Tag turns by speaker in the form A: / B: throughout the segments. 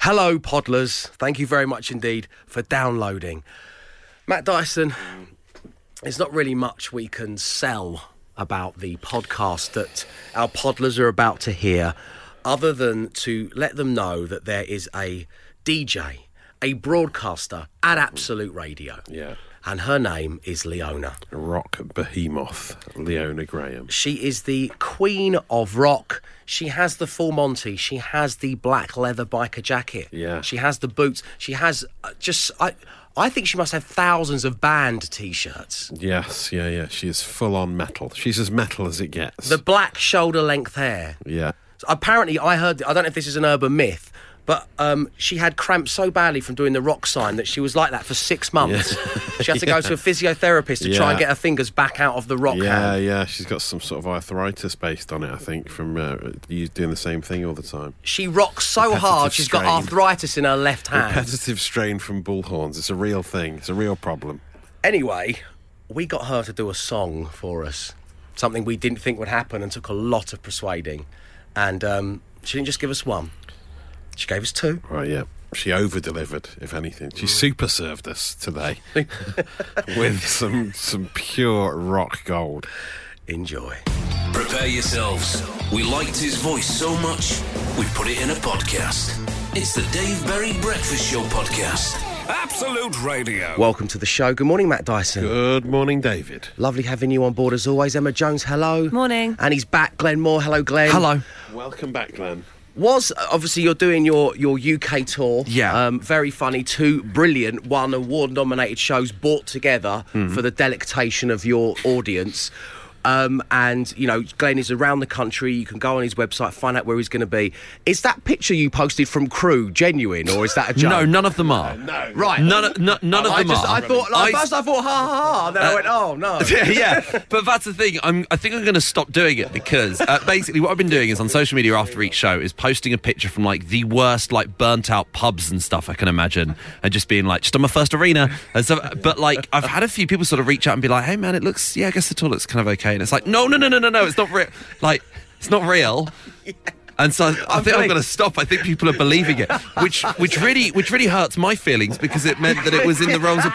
A: Hello, Podlers. Thank you very much indeed for downloading. Matt Dyson, there's not really much we can sell about the podcast that our Podlers are about to hear, other than to let them know that there is a DJ, a broadcaster at Absolute Radio.
B: Yeah.
A: And her name is Leona.
B: Rock behemoth, Leona Graham.
A: She is the queen of rock. She has the full Monty. She has the black leather biker jacket.
B: Yeah.
A: She has the boots. She has uh, just I. I think she must have thousands of band T-shirts.
B: Yes, yeah, yeah. She is full on metal. She's as metal as it gets.
A: The black shoulder length hair.
B: yeah.
A: So apparently, I heard. I don't know if this is an urban myth. But um, she had cramps so badly from doing the rock sign that she was like that for six months. she had to go to a physiotherapist to try and
B: Yeah.
A: get her fingers back out of the rock
B: Yeah,
A: hand.
B: yeah. She's got some sort of arthritis based on it, I think, from uh, you doing the same thing all the time.
A: She rocks so
B: Repetitive
A: hard, she's got
B: strain.
A: arthritis in her left hand.
B: Repetitive strain from bullhorns. It's a real thing. It's a real problem.
A: Anyway, we got her to do a song for us, something we didn't think would happen and took a lot of persuading. And um, she didn't just give us one, she gave us two.
B: Right, yeah. She over delivered, if anything. She super served us today with some some pure rock gold.
A: Enjoy.
C: Prepare yourselves. We liked his voice so much, we put it in a podcast. It's the Dave Berry Breakfast Show podcast. Absolute Radio.
A: Welcome to the show. Good morning, Matt Dyson.
B: Good morning, David.
A: Lovely having you on board as always. Emma Jones, hello.
D: Morning.
A: And he's back, Glenn Moore. Hello, Glenn.
E: Hello.
B: Welcome back, Glenn.
A: Was obviously you're doing your your UK tour.
E: Yeah.
A: Um, very funny. Two brilliant, one award nominated shows brought together
E: Mm-hmm.
A: for the delectation of your audience. Um, and you know, Glenn is around the country. You can go on his website, find out where he's going to be. Is that picture you posted from crew genuine, or is that a joke?
E: No, none of them are.
B: No.
A: Right.
E: None, of- no, none of
A: I
E: them
A: just,
E: are. Uh,
A: I thought. Like, first, I thought, ha ha ha. and Then I went, oh no.
E: yeah, yeah. But that's the thing. I'm, I think I'm going to stop doing it because uh, basically what I've been doing is on social media after each show is posting a picture from like the worst, like burnt out pubs and stuff I can imagine, and just being like, just on my first arena. And so, but like, I've had a few people sort of reach out and be like, hey man, it looks, yeah, I guess the tour looks kind of okay, and it's like, no, no, no, no, no, no, it's not real. Like, it's not real. And so I think
A: going-
E: I'm going to stop. I think people are believing it, which which really which really hurts my feelings because it meant that it was in the realms of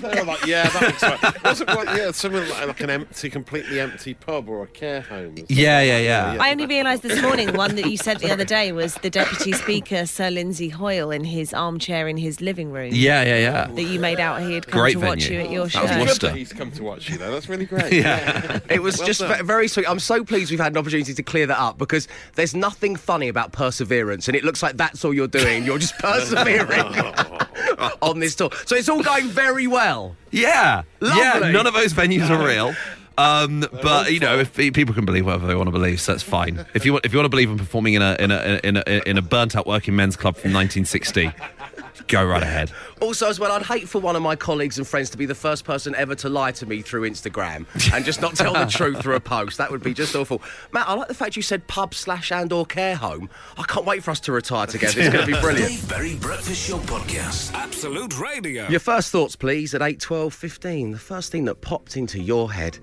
B: They were like, yeah, that looks right. It wasn't quite, yeah, something like, like an empty, completely empty pub or a care home. or something.
E: Yeah, yeah, yeah.
D: I only realised this morning one that you sent the other day was the Deputy Speaker, Sir Lindsay Hoyle, in his armchair in his living room.
E: Yeah, yeah,
D: That you made out he had come
E: Great
D: to watch
E: venue.
D: you at your
E: That
D: show.
E: was
B: Good
E: Gloucester.
B: that He's come to watch you, though. That's really great.
E: Yeah.
A: It was
B: Well
A: just
B: done.
A: ve- very sweet. I'm so pleased we've had an opportunity to clear that up because there's nothing funny about perseverance, and it looks like that's all you're doing. You're just persevering on this tour. So it's all going very well.
E: yeah. Yeah.
A: Lovely.
E: Yeah. None of those venues are real. Um, but you know, if pe- people can believe whatever they want to believe, so that's fine. If you want, if you want to believe in performing in a in a in a in a burnt out working men's club from 1960, go right ahead.
A: Also, as well, I'd hate for one of my colleagues and friends to be the first person ever to lie to me through Instagram and just not tell the truth through a post. That would be just awful. Matt, I like the fact you said pub slash and or care home. I can't wait for us to retire together. It's going to be brilliant.
C: Dave Berry Breakfast Show podcast. Absolute Radio.
A: Your first thoughts, please, at 8, 12, 15. The first thing that popped into your head.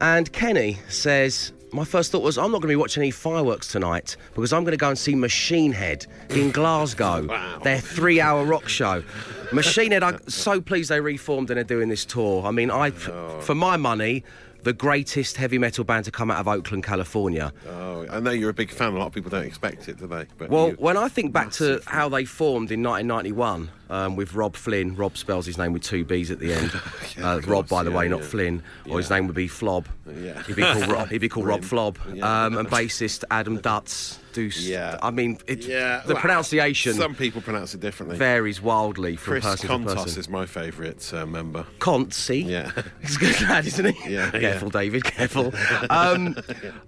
A: And Kenny says, My first thought was, I'm not going to be watching any fireworks tonight because I'm going to go and see Machine Head in Glasgow, their three hour rock show. Machine Head, I'm so pleased they reformed and are doing this tour. I mean, I, for my money, the greatest heavy metal band to come out of Oakland, California.
B: Oh, I know you're a big fan. A lot of people don't expect it, do they? But
A: Well,
B: you-
A: when I think back to how they formed in 1991 um, with Rob Flynn, Rob spells his name with two B's at the end. uh,
B: of course,
A: Rob, by the
B: yeah,
A: way, not
B: yeah.
A: Flynn, or his name would be Flob.
B: Yeah.
A: He'd be called Rob, he'd be called Rob Flob.
B: Yeah.
A: Um, and bassist Adam Dutz. Deuce.
B: Yeah.
A: I mean, it,
B: yeah,
A: the
B: well,
A: pronunciation
B: Some people pronounce it differently.
A: varies wildly from
B: Chris
A: person to
B: Contos
A: person.
B: is my favourite uh, member.
A: Contsy.
B: Yeah.
A: He's a good lad, isn't he?
B: Yeah,
A: Careful,
B: yeah.
A: David, careful. Um,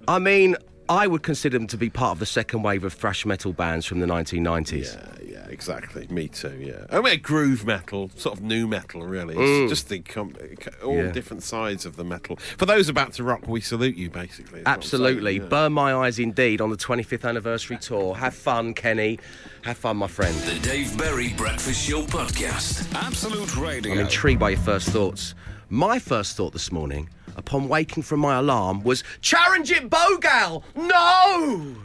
A: I mean, I would consider them to be part of the second wave of thrash metal bands from the 1990s.
B: Yeah, Uh, yeah, exactly. Me too. Yeah. I mean, groove metal, sort of new metal, really. It's just the com- all
A: Mm. Yeah.
B: different sides of the metal. For those about to rock, we salute you, basically. is what I'm
A: Absolutely.
B: saying, yeah.
A: Burn My Eyes indeed on the 25th anniversary tour. Have fun, Kenny. Have fun, my friend.
C: The Dave Berry Breakfast Show podcast. Absolute Radio.
A: I'm intrigued by your first thoughts. My first thought this morning, upon waking from my alarm, was Charanjit Bogal! No!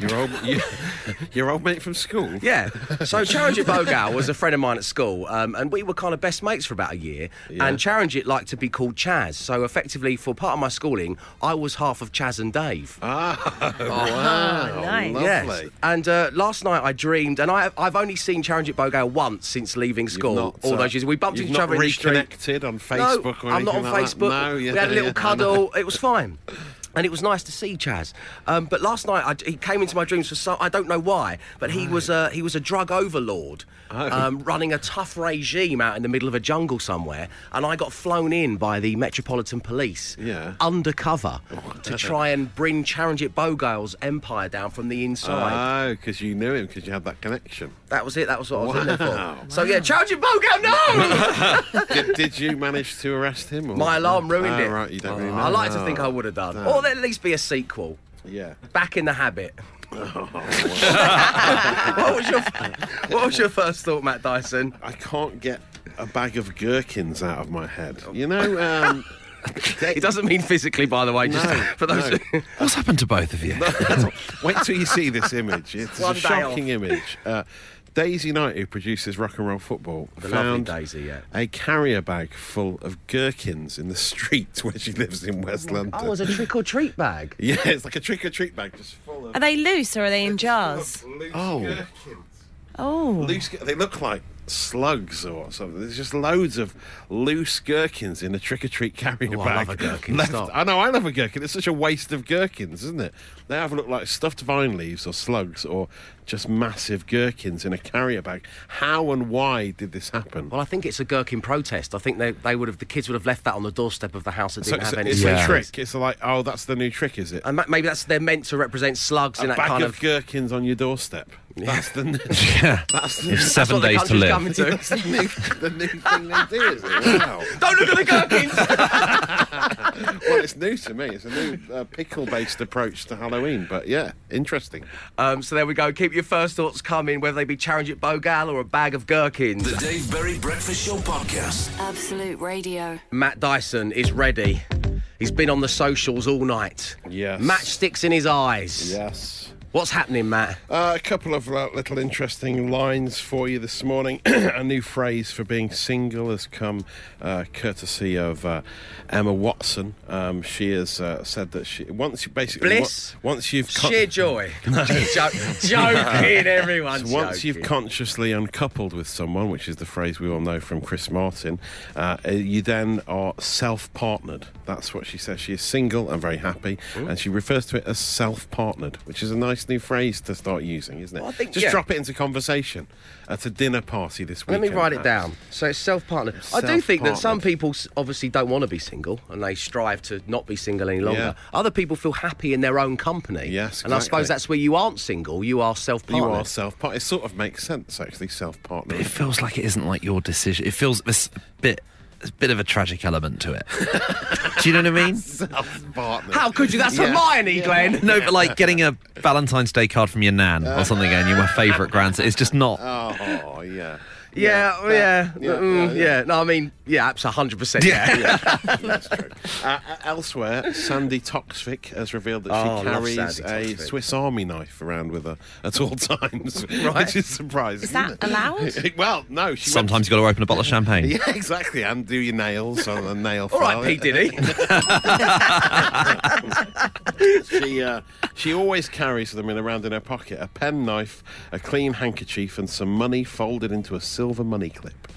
B: Your old, your, your old mate from school?
A: Yeah. So Charanjit Bogal was a friend of mine at school, um, and we were kind of best mates for about a year. And Charanjit liked to be called Chaz. So effectively, for part of my schooling, I was half of Chaz and Dave.
B: Ah, wow.
D: Oh, nice.
B: Lovely.
A: Yes. And uh, last night I dreamed, and I, I've only seen Charanjit Bogal once since leaving school.
B: Not,
A: all
B: uh,
A: those years, we bumped
B: you've
A: into each
B: not
A: other in the street.
B: reconnected on Facebook
A: no,
B: or
A: I'm not on
B: anything like that?
A: Facebook.
B: No,
A: we
B: yeah,
A: had a little
B: yeah, I know.
A: cuddle. It was fine. And it was nice to see Chaz, um, but last night I, he came into my dreams for so I don't know why, but he was a he was a drug overlord,
B: Oh.
A: um, running a tough regime out in the middle of a jungle somewhere, and I got flown in by the Metropolitan Police,
B: Yeah.
A: undercover, to try and bring Charanjit Bogal's empire down from the inside.
B: Oh, because you knew him because you had that connection.
A: that was it. That was what I was in there for.
B: Wow.
A: So yeah, Charanjit Bogal, no!
B: did, did you manage to arrest him? Or?
A: My alarm ruined
B: oh,
A: it.
B: Right, you don't really know.
A: I like to
B: Oh,
A: think I would have done,
B: damn.
A: or there'd at least be a sequel.
B: Yeah.
A: Back in the habit. what was your What was your first thought, Matt Dyson?
B: I can't get a bag of gherkins out of my head. You know, um,
A: It doesn't mean physically, by the way. Just
B: No,
A: for those.
B: no.
A: who-
E: What's happened to both of you?
B: wait till you see this image. It's
A: One
B: a
A: day
B: shocking image. Uh, Daisy Knight, who produces Rock and Roll Football,
A: The lovely
B: found
A: Daisy, yeah.
B: a carrier bag full of gherkins in the street where she lives in West London.
A: Oh, it was a trick or treat bag.
B: yeah, it's like a trick or treat bag just full of.
D: Are they loose or are they in jars?
B: Loose oh. gherkins.
D: Oh.
B: Loose, gher- they look like slugs or something. There's just loads of loose gherkins in a trick or treat carrier
A: Oh, I
B: bag.
A: love a gherkin, stop.
B: I know, I love a gherkin. It's such a waste of gherkins, isn't it? They either look like stuffed vine leaves or slugs or just massive gherkins in a carrier bag. How and why did this happen?
A: Well, I think it's a gherkin protest. I think they, they would have the kids would have left that on the doorstep of the house that
B: So
A: didn't
B: it's,
A: have
B: a,
A: any.
B: it's
A: space.
B: a trick. It's like, oh, that's the new trick, is it?
A: And ma- maybe that's they're meant to represent slugs
B: a
A: in that
B: bag
A: kind
B: of,
A: of.
B: gherkins on your doorstep. That's the. new-
E: yeah.
B: That's the.
E: If seven
A: what the
E: days to
A: country's
E: live.
A: coming to.
B: That's the new, the new thing they do, is it? Wow.
A: Don't look at the gherkins.
B: well, it's new to me. It's a new uh, pickle-based approach to Halloween, but yeah, interesting.
A: um, so there we go. Keep your first thoughts coming, whether they be Charanjit Bogal or a bag of gherkins.
C: The Dave Berry Breakfast Show podcast.
F: Absolute Radio.
A: Matt Dyson is ready. He's been on the socials all night.
B: Yes.
A: Matchsticks in his eyes.
B: Yes.
A: What's happening, Matt?
B: Uh, a couple of uh, little interesting lines for you this morning. a new phrase for being single has come uh, courtesy of uh, Emma Watson. Um, she has uh, said that she once you basically
A: Bliss.
B: on- once you've con-
A: Sheer joy. Jo- joking, everyone.
B: So once you've
A: joking.
B: consciously uncoupled with someone, which is the phrase we all know from Chris Martin, uh, you then are self partnered. That's what she says. She is single and very happy, and she refers to it as self partnered, which is a nice new phrase to start using, isn't it?
A: Well, I think-
B: Just
A: yeah.
B: drop it into conversation at a dinner party this
A: Let
B: weekend.
A: me write it
B: perhaps.
A: down. So it's self-partnered. I do think that some
B: Self-partnered.
A: people s- obviously don't want to be single and they strive to not be single any longer.
B: Yeah.
A: Other people feel happy in their own company.
B: Yes,
A: And I suppose
B: exactly.
A: that's where you aren't single, you are
B: You
A: self-partnered.
B: are self partnered. It sort of makes sense, actually, self
E: It
B: partnered.
E: feels like it isn't like your decision. It feels this bit, a bit of a tragic element to it. Do you know what I mean?
B: Self partnered.
A: How could you? That's
B: Yeah.
A: Hermione, Glenn.
E: No, but like getting a Valentine's Day card from your nan or something, and you're my favourite grandson. It's just not.
B: Oh, yeah.
A: Yeah, yeah, yeah,
B: yeah,
A: mm,
B: yeah,
A: yeah.
B: yeah.
A: No, I mean, yeah, absolutely, hundred percent. Yeah.
B: That's true. Uh, uh, elsewhere, Sandy Toksvik has revealed that
A: Oh, I
B: she
A: love
B: carries
A: Sandy
B: a
A: Toksvik.
B: Swiss Army knife around with her at all times, which is surprising.
D: Is that
B: isn't it?
D: allowed?
B: well, no. She went-
E: Sometimes you've got to open a bottle of champagne.
B: yeah, exactly. And do your nails on a nail
A: All
B: file.
A: right, Pete Diddy.
B: She, uh, she always carries them in around in her pocket a penknife, a clean handkerchief, and some money folded into a silver money clip.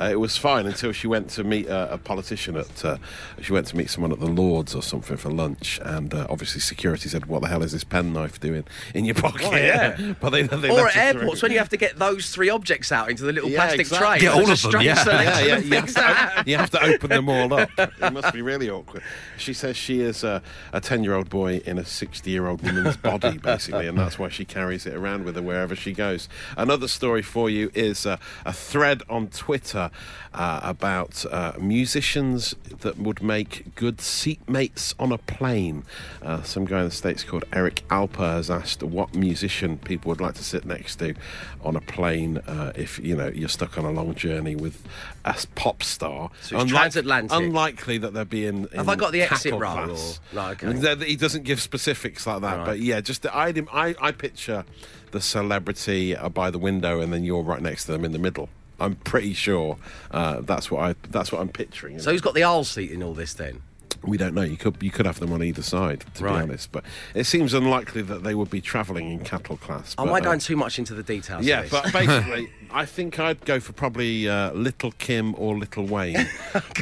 B: Uh, it was fine until she went to meet uh, a politician at. Uh, she went to meet someone at the Lords or something for lunch, and uh, obviously security said, "What the hell is this penknife doing in your pocket?"
A: Well, yeah.
B: but they, they
A: or
B: left
A: at
B: it through.
A: airports when you have to get those three objects out into the little
B: Yeah,
A: plastic
B: exactly.
A: tray.
B: Get
A: There's
E: all
A: a
E: of them,
A: strange
E: yeah.
A: selection
B: yeah, yeah.
A: of
B: You have,
A: things out.
B: to, you have to open them all up. It must be really awkward. She says she is uh, a 10 year old boy in a 60 year old woman's body, basically, and that's why she carries it around with her wherever she goes. Another story for you is uh, a a thread on Twitter uh, about uh, musicians that would make good seatmates on a plane. Uh, some guy in the States called Eric Alper has asked what musician people would like to sit next to on a plane uh, if, you know, you're stuck on a long journey with a s- pop star.
A: So it's transatlantic.
B: Unlikely that they'd be in, in
A: Have I got the exit
B: tackle
A: row
B: class.
A: or- like, okay.
B: No, he doesn't give specifics like that,
A: Right.
B: but yeah, just the, I, I I picture the celebrity uh, by the window, and then you're right next to them in the middle. I'm pretty sure uh, that's what I that's what I'm picturing.
A: So who's got the aisle seat in all this then?
B: we don't know. You could you could have them on either side, to
A: Right.
B: be honest. But it seems unlikely that they would be travelling in cattle class.
A: Am
B: but,
A: I
B: uh,
A: going too much into the details? of
B: yeah,
A: this?
B: but basically, I think I'd go for probably uh, Little Kim or Little Wayne,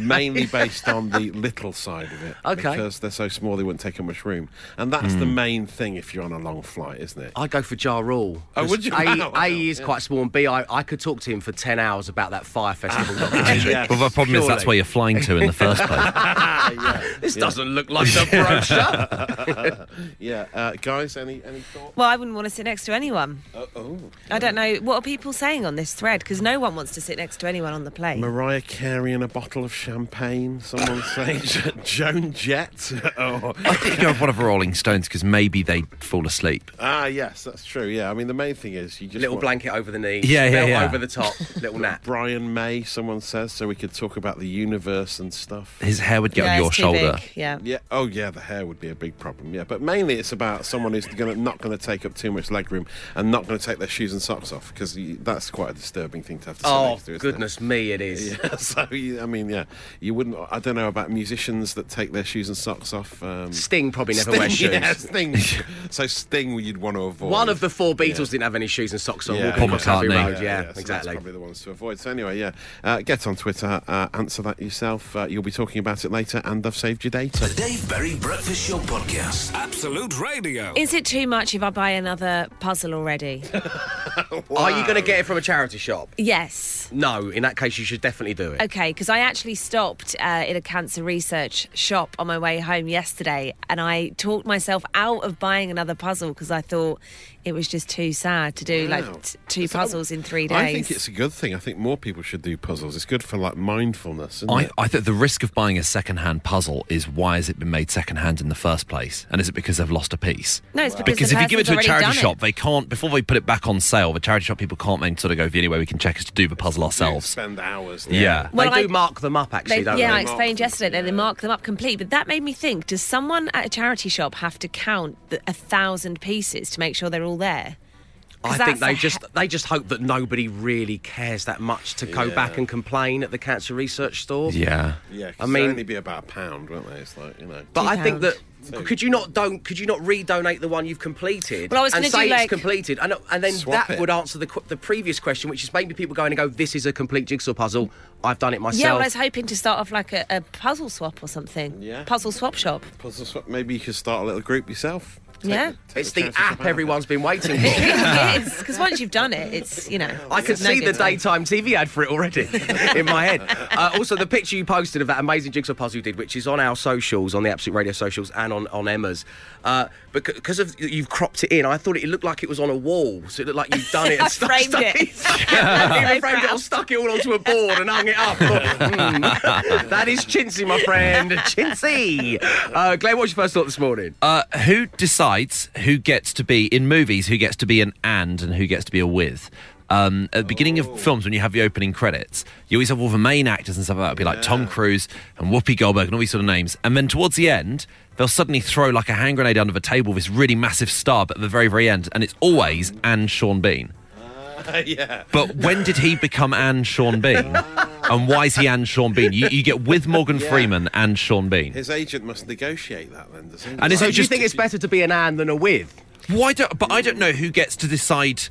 B: mainly based on the little side of it.
A: Okay. Hmm.
B: Because they're so small, they wouldn't take up much room. And that's the main thing if you're on a long flight, isn't it?
A: I'd go for Ja Rule.
B: Oh, would you?
A: A,
B: Wow.
A: A, he is quite small, and B, I, I could talk to him for 10 hours about that fire festival. documentary.
B: Yeah.
E: Well, the problem is that's
A: Surely.
E: where you're flying to in the first place.
A: This doesn't look like the brochure.
B: Yeah. Uh, guys, any, any thoughts?
D: Well, I wouldn't want to sit next to anyone. I don't know. What are people saying on this thread? Because no one wants to sit next to anyone on the plane.
B: Mariah Carey and a bottle of champagne, someone saying Joan Jett. Oh, or,
E: I think you have one of the Rolling Stones because maybe they fall asleep.
B: ah, yes, that's true. Yeah, I mean, the main thing is you just.
A: little
B: want-
A: blanket over the knees.
E: Yeah, yeah,
A: belt
E: yeah.
A: over the top, little nap.
B: Brian May, someone says, so we could talk about the universe and stuff.
E: His hair would get
D: Yeah,
E: on your
D: it's too
E: shoulder.
D: big, Yeah.
B: Yeah. Oh, yeah. The hair would be a big problem. Yeah, but mainly it's about someone who's gonna, not going to take up too much leg room and not going to take their shoes and socks off because that's quite a disturbing thing to have to. sit
A: Oh,
B: next to, isn't it?
A: goodness me, it is.
B: Yeah. So you, I mean, yeah, you wouldn't. I don't know about musicians that take their shoes and socks off. Um,
A: Sting probably never wears shoes.
B: Yeah, Sting. so Sting, you'd want to avoid.
A: One of the four Beatles didn't have any shoes and socks on.
B: Yeah.
A: walking across Abbey
E: Paul McCartney.
A: Road. Yeah,
B: so that's
A: exactly.
B: probably the ones to avoid. So anyway, yeah, uh, get on Twitter, uh, answer that yourself. Uh, you'll be talking about it later, and I've saved your data.
C: The Dave Berry Breakfast Show Podcast.
F: Absolute Radio.
D: Is it too much if I buy another puzzle already?
A: Are you going to get it from a charity shop?
D: yes.
A: No. In that case, you should definitely do it.
D: Okay, because I actually stopped uh, in a cancer research shop on my way home yesterday and I talked myself out of buying another puzzle because I thought it was just too sad to do
B: Wow.
D: like t- two
B: Is that-
D: puzzles in three days.
B: I think it's a good thing. I think more people should do puzzles. It's good for like mindfulness. Isn't
E: I,
B: it?
E: I think the risk of buying a second-hand puzzle is why has it been made second-hand in the first place, and is it because they've lost a piece?
D: No, it's Wow. because
E: because
D: the
E: if you give it to a
D: person's already
E: charity
D: done it.
E: shop, they can't before they put it back on sale. The charity shop people can't then sort of go the only way we can check is to do the puzzle ourselves.
B: spend hours.
E: Yeah.
D: Well,
A: they do
D: I-
A: mark them up, actually,
D: They-
A: don't
D: yeah, I
B: Mark
A: they?
D: explained
B: them,
D: yesterday that they
B: yeah.
D: mark them up complete, but that made me think: Does someone at a charity shop have to count the, a thousand pieces to make sure they're all there? 'Cause
A: I think
D: that's
A: they
D: a
A: just they just hope that nobody really cares that much to go
B: Yeah.
A: back and complain at the cancer research store.
E: Yeah.
B: Yeah,
A: I
B: I mean,
A: mean-
B: only be about a pound, won't they? It's like you know.
A: But
D: Two
A: I think that
D: pound.
A: could you not don't could you not redonate the one you've completed
D: Well, I was
A: and
D: gonna
A: say
D: do,
A: it's
D: like-
A: completed and, and then
B: Swap
A: that
B: it.
A: would answer the qu- the previous question, which is maybe people going to go, "This is a complete jigsaw puzzle. I've done it myself."
D: Yeah, well, I was hoping to start off like a, a puzzle swap or something.
B: Yeah.
D: Puzzle swap shop.
B: puzzle swap. Maybe you could start a little group yourself.
D: Yeah.
A: it's the
B: chances
A: app
B: about it.
A: everyone's been waiting for.
D: it is because once you've done it, it's you know.
A: I could
D: it's no
A: see the
D: good time.
A: daytime TV ad for it already in my head. Uh, also, the picture you posted of that amazing jigsaw puzzle you did, which is on our socials, on the Absolute Radio socials, and on, on Emma's. Uh, because of you've cropped it in, I thought it looked like it was on a wall, so it looked like you've done it. And
D: I
A: stuck,
D: framed
A: stuck
D: it.
A: I
D: so
A: framed it all,
D: proud.
A: stuck it all onto a board and hung it up. Thought, "Hmm, that is chintzy, my friend, chintzy. Uh, Glenn, what's your first thought this morning?
E: Uh, who decides who gets to be in movies? Who gets to be an and and who gets to be a with? Um, at the beginning of films, when you have the opening credits, you always have all the main actors and stuff like that. It'd be like Tom Cruise and Whoopi Goldberg and all these sort of names. And then towards the end, they'll suddenly throw like a hand grenade under the table, this really massive star, but at the very, very end. And it's always and Sean Bean.
B: yeah.
E: But when did he become and Sean Bean? And why is he and Sean Bean? You, you get with Morgan Freeman and Sean Bean.
B: His agent must negotiate that then, doesn't he?
E: And is
A: So,
E: it
A: do you
E: just-
A: think it's better to be an and than a with?
E: Why don't? But I don't know who gets to decide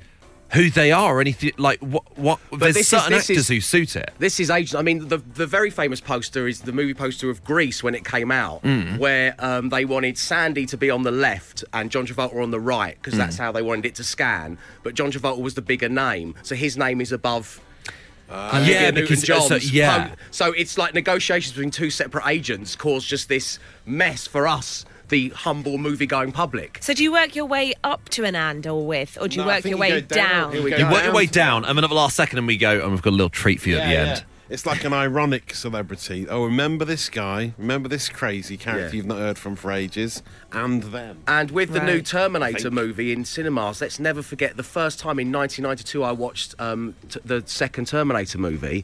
E: who they are or anything. Like what? What?
A: this
E: there's
A: is-
E: certain
A: this
E: actors
A: is-
E: who suit it.
A: This is agent. I mean, the the very famous poster is the movie poster of Greece when it came out,
E: Mm.
A: where um, they wanted Sandy to be on the left and John Travolta on the right because
E: Mm.
A: that's how they wanted it to scan. But John Travolta was the bigger name, so his name is above.
E: yeah,
A: Newton
E: because uh, so,
A: John's.
E: yeah.
A: So it's like negotiations between two separate agents caused just this mess for us the humble movie-going public.
D: So do you work your way up to an and or with, or do you
B: No, I
D: work
B: think
D: your
B: you
D: way
B: go down.
D: down?
B: Here we go.
E: You work your way
B: Down.
E: down, and then at the last second, and we go, and we've got a little treat for you at the
B: Yeah,
E: end.
B: yeah. It's like an ironic celebrity. Oh, remember this guy? Remember this crazy character
A: Yeah.
B: you've not heard from for ages? And them.
A: And with the new
D: Right.
A: Terminator
B: Think.
A: movie in cinemas, let's never forget the first time in 1992 I watched um, t- the second Terminator movie.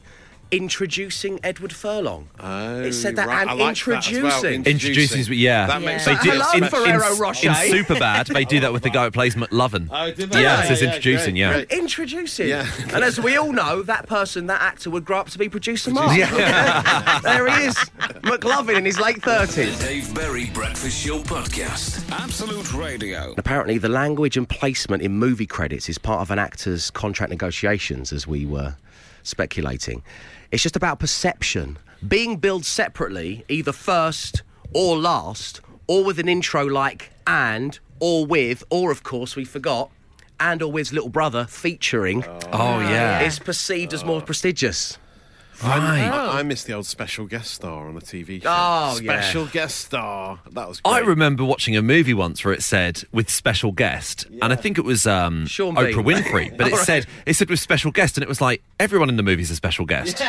A: Introducing Edward Furlong.
B: Oh,
A: it said that
B: right.
A: and
B: I like that as
A: introducing.
B: well.
E: Introducing,
B: Introducing.
E: yeah.
B: That
D: makes
E: They
D: sense.
E: did
A: I love
E: in, in,
A: Ferrero
E: in
A: Rocher.
E: Superbad. They do that with the guy who plays McLovin.
B: Oh, did
E: they?
B: they?
E: Yeah, so it's introducing, yeah.
B: great.
A: Introducing.
B: Yeah.
A: And as we all know, that person, that actor, would grow up to be producer Mark. Yeah. there he is, McLovin in his late 30s.
C: Dave Berry Breakfast Show Podcast.
F: Absolute Radio.
A: Apparently, the language and placement in movie credits is part of an actor's contract negotiations, as we were speculating. It's just about perception. Being billed separately, either first or last, or with an intro like and, or with, or of course, we forgot, and or with little brother featuring,
E: Oh, yeah.
A: is perceived as more prestigious.
E: Right.
B: I, I miss the old special guest star on the TV show.
A: Oh, yeah.
B: special guest star. That was. Great.
E: I remember watching a movie once where it said with special guest, and I think it was um,
A: Sean
E: Oprah
A: Bean.
E: Winfrey, but it said it said with special guest, and it was like everyone in the movie's a special guest.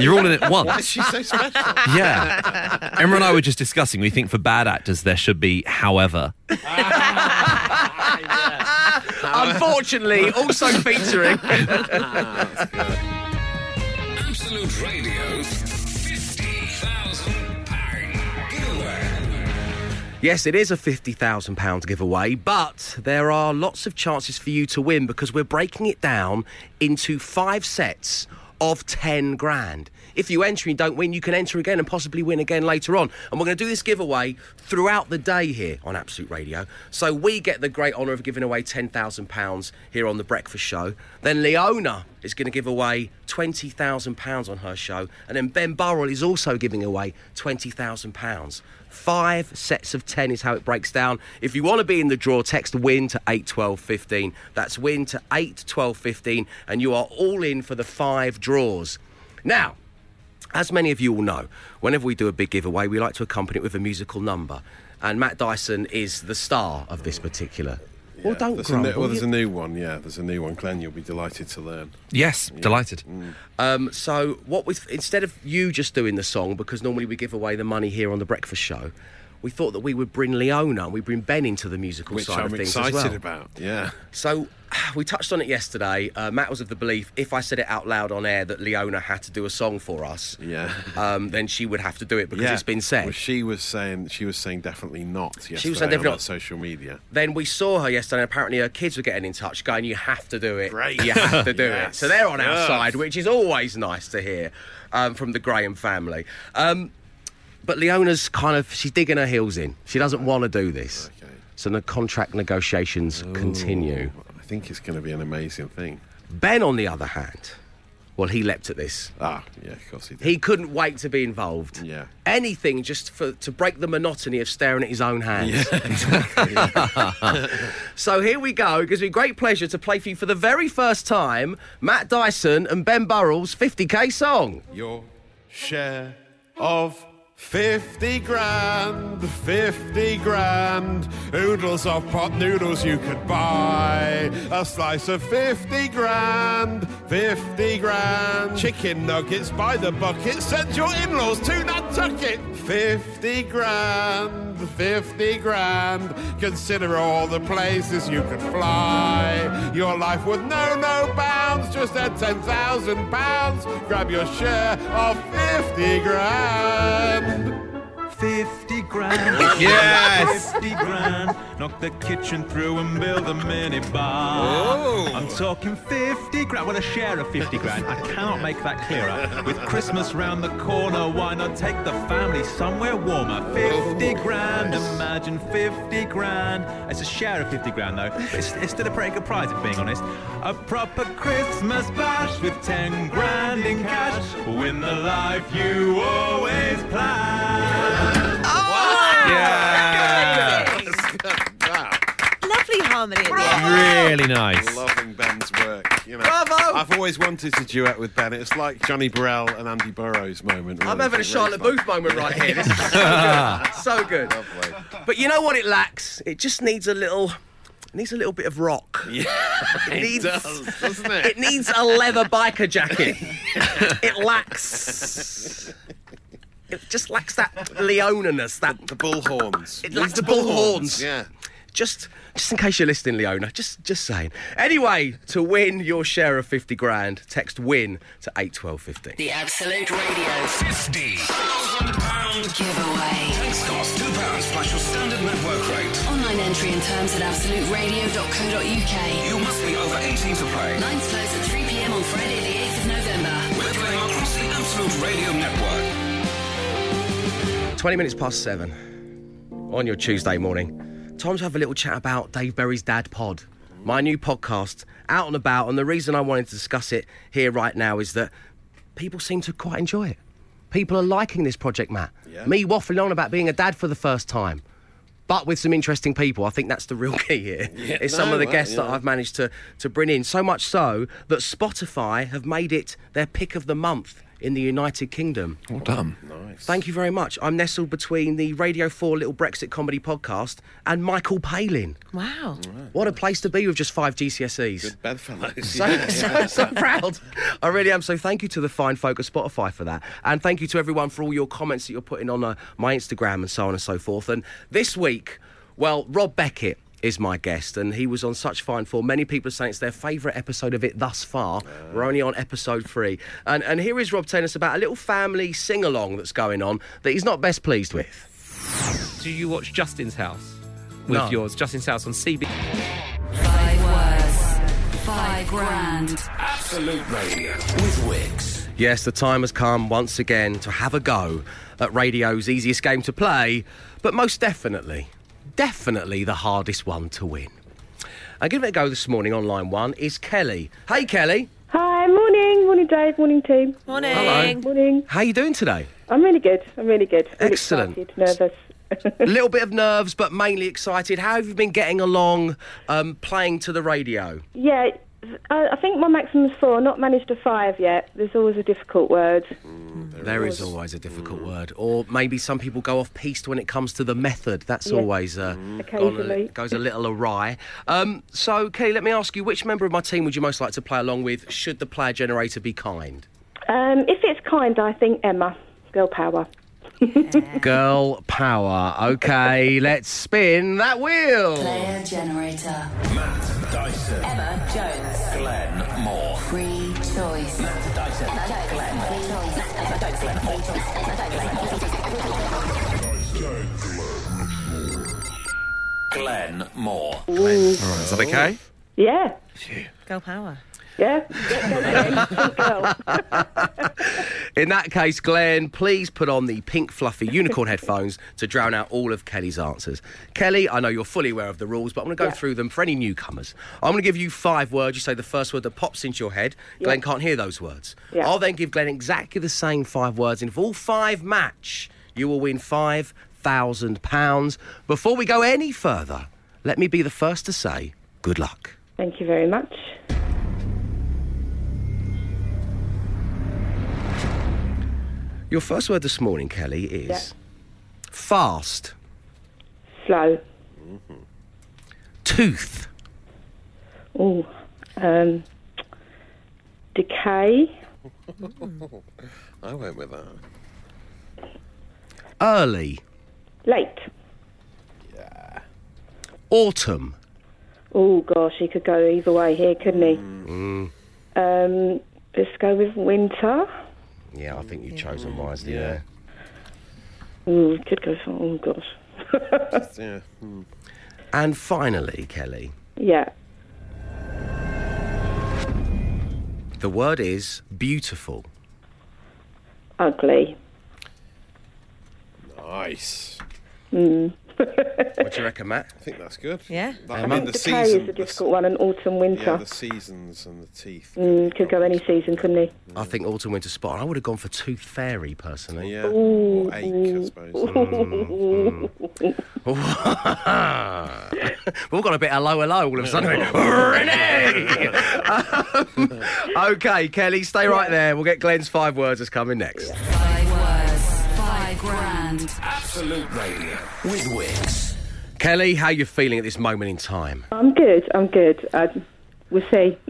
E: You're all in it
B: Why
E: once.
B: is she so special?
A: Oh,
E: Yeah. Emma and I were just discussing. We think for bad actors there should be, however,
A: Unfortunately, also featuring.
F: Absolute Radio's £50,000 giveaway.
A: Yes, it is a £50,000 giveaway, but there are lots of chances for you to win because we're breaking it down into five sets of 10 grand. If you enter and don't win, you can enter again and possibly win again later on. And we're going to do this giveaway throughout the day here on Absolute Radio. So we get the great honour of giving away £10,000 here on The Breakfast Show. Then Leona is going to give away £20,000 on her show. And then Ben Burrell is also giving away £20,000. Five sets of 10 is how it breaks down. If you want to be in the draw, text win to 81215. That's win to 81215, and you are all in for the five draws. Now, as many of you will know, whenever we do a big giveaway, we like to accompany it with a musical number. And Matt Dyson is the star of this particular. well, don't
B: there's
A: grumble.
B: A new, well, there's
A: you-
B: a new one. Yeah, there's a new one. Glenn, you'll be delighted to learn.
E: yes, delighted.
A: Um, so what we instead of you just doing the song because normally we give away the money here on the breakfast show, we thought that we would bring Leona and we bring Ben into the musical
B: Which
A: side
B: I'm
A: of things
B: excited
A: as well.
B: about. Yeah.
A: So we touched on it yesterday. Uh, Matt was of the belief if I said it out loud on air that Leona had to do a song for us,
B: Yeah.
A: um, then she would have to do it because
B: yeah.
A: it's been said.
B: Well, she was saying she was saying definitely not yesterday
A: was saying definitely
B: on our
A: not.
B: social media.
A: then we saw her yesterday, and apparently her kids were getting in touch, going, "You have to do it.
B: Great.
A: You have to do it."
B: Yes.
A: So they're on our
B: Yes.
A: side, which is always nice to hear um, from the Graham family. Um, but Leona's kind of she's digging her heels in. She doesn't want to do this.
B: Okay.
A: So the contract negotiations continue.
B: I think it's going to be an amazing thing.
A: Ben, on the other hand, well, he leapt at this.
B: Ah, yeah, of course he did.
A: He couldn't wait to be involved.
B: Yeah.
A: Anything just for to break the monotony of staring at his own hands. so here we go. It gives me great pleasure to play for you for the very first time Matt Dyson and Ben Burrell's 50k song.
B: Your share of 50 grand, 50 grand. Oodles of pot noodles you could buy. A slice of 50 grand, 50 grand. Chicken nuggets by the bucket. Send your in laws to Nantucket. 50 grand, 50 grand. Consider all the places you could fly. Your life would know no bounds. Just add 10,000 pounds. Grab your share of 50 grand.
G: 50 grand.
E: Yes.
G: 50 grand. Knock the kitchen through and build a mini bar. I'm talking 50 grand. Well, a share of 50 grand. I cannot make that clearer. With Christmas round the corner, why not take the family somewhere warmer? 50 grand. Imagine 50 grand. It's a share of 50 grand, though. But it's, it's still a pretty good prize, if being honest. A proper Christmas bash with 10 grand in cash. Win the life you always planned.
E: Yeah.
B: Ah,
D: Lovely harmony. At the end.
E: Really nice.
B: Loving Ben's work. You know,
A: Bravo!
B: I've always wanted to duet with Ben. It's like Johnny Burrell and Andy Burrows moment.
A: I'm
B: really,
A: having a
B: really.
A: Charlotte Booth moment right here. This is so good. so good. But you know what it lacks? It just needs a little. It needs a little bit of rock.
B: It
A: needs-
B: does, doesn't it?
A: It needs a leather biker jacket. it lacks. It just lacks that Leonaness. That
B: the bull horns.
A: it lacks the bull horns.
B: Yeah.
A: Just, just in case you're listening, Leona. Just, just saying. Anyway, to win your share of fifty grand, text win to eight twelve fifty.
H: The Absolute Radio
C: Fifty thousand pound
H: giveaway.
C: Thanks cost two pounds plus your standard network rate.
H: Online entry and terms at absoluteradio.co.uk.
C: You must be over eighteen to play.
H: Lines close at 3 pm on Friday, the 8th of November.
C: We're playing across the Absolute Radio Network.
A: Twenty minutes past seven on your Tuesday morning. Time to have a little chat about Dave Berry's Dad Pod, my new podcast out and about. And the reason I wanted to discuss it here right now is that people seem to quite enjoy it. People are liking this project, Matt. Me waffling on about being a dad for the first time. but with some interesting people. I think that's the real key here. it's some
B: no,
A: of the
B: well,
A: guests
B: you
A: that
B: know.
A: I've managed to, to bring in. So much so that Spotify have made it their pick of the month in the United Kingdom.
E: Well done.
A: Thank you very much. I'm nestled between the Radio 4 Little Brexit Comedy Podcast and Michael Palin.
D: Wow.
A: What a place to be with just five GCSEs.
B: Bedfellows.
A: So, so, so proud. I really am. So thank you to the fine folk at Spotify for that. And thank you to everyone for all your comments that you're putting on uh, my Instagram and so on and so forth. And this week, well, Rob Beckett is my guest and he was on such fine form. Many people are saying it's their favourite episode of it thus far. We're only on episode three. And, and here is Rob telling us about a little family sing-along that's going on that he's not best pleased with.
I: Do you watch Justin's House with
A: No.
I: yours? Justin's House on CB.
H: Five words, five grand.
C: Absolute Radio with Wix.
A: Yes, the time has come once again to have a go at radio's easiest game to play, but most definitely, definitely the hardest one to win. And giving it a go this morning on line one is Kelly. Hey, Kelly.
J: Hi, morning, morning, Dave, morning, team,
D: Morning.
J: morning.
A: How you doing today?
J: I'm really good. I'm really good. Really
A: Excellent.
J: Excited, nervous.
A: a little bit of nerves, but mainly excited. How have you been getting along um, playing to the radio?
J: yeah, I, I think my maximum's four. Not managed to five yet. There's always a difficult word.
A: There is always a difficult
E: Mm.
A: word, or maybe some people go off piste when it comes to the method. That's always uh, gone a,
J: Occasionally.
A: goes a little awry. Um, so, Kelly, let me ask you: which member of my team would you most like to play along with? Should the player generator be kind?
J: Um, if it's kind, I think Emma, girl power.
A: Girl power. Okay, let's spin that wheel.
H: Player generator.
C: Matt Dyson.
H: Emma Jones.
C: Glenn Moore.
H: Free choice.
C: Matt Dyson. Glenn Moore.
E: Is that okay?
J: Yeah,
D: Girl power.
J: yeah. yeah go, go, go.
A: In that case, Glenn, please put on the pink fluffy unicorn headphones to drown out all of Kelly's answers. Kelly, I know you're fully aware of the rules, but I'm going to go through them for any newcomers. I'm going to give you five words. You say the first word that pops into your head. Glenn can't hear those words.
J: Yeah.
A: I'll then give Glenn exactly the same five words, and if all five match, you will win five thousand pounds. Before we go any further, let me be the first to say good luck.
J: Thank you very much.
A: Your first word this morning, Kelly, is fast,
J: Slow.
A: tooth.
J: Oh, um, decay.
B: I went with that.
A: early,
J: Late.
A: autumn,
J: Oh gosh, he could go either way here, couldn't he? Um, let's go with winter.
A: Yeah, I think you've chosen wisely there.
J: Ooh, could go for oh gosh.
B: Yeah.
A: And finally, Kelly,
J: Yeah.
A: the word is beautiful.
J: Ugly.
B: Nice.
A: What do you reckon, Matt?
B: I think that's good.
D: Yeah.
B: That-
A: I
B: I mean,
A: think
B: the
J: Decay
B: season.
J: is
B: the
J: a
B: s-
J: difficult one, and autumn,
B: yeah,
J: winter.
B: the seasons and the teeth.
J: Mm, could go any season, couldn't he?
A: I think autumn winter spot. I would have gone for tooth fairy personally.
B: Yeah. Or ache, I
J: Mm.
B: suppose. Mm.
A: We've all got a bit of low low all of a sudden. Renee! Um, okay, Kelly, stay right there. We'll get Glenn's five words as coming next.
H: Five words, five grand.
F: Absolute Radio.
C: With Wix.
A: Kelly, how you feeling at this moment in time? It
J: I'm good. I'm good. Uh, we'll see.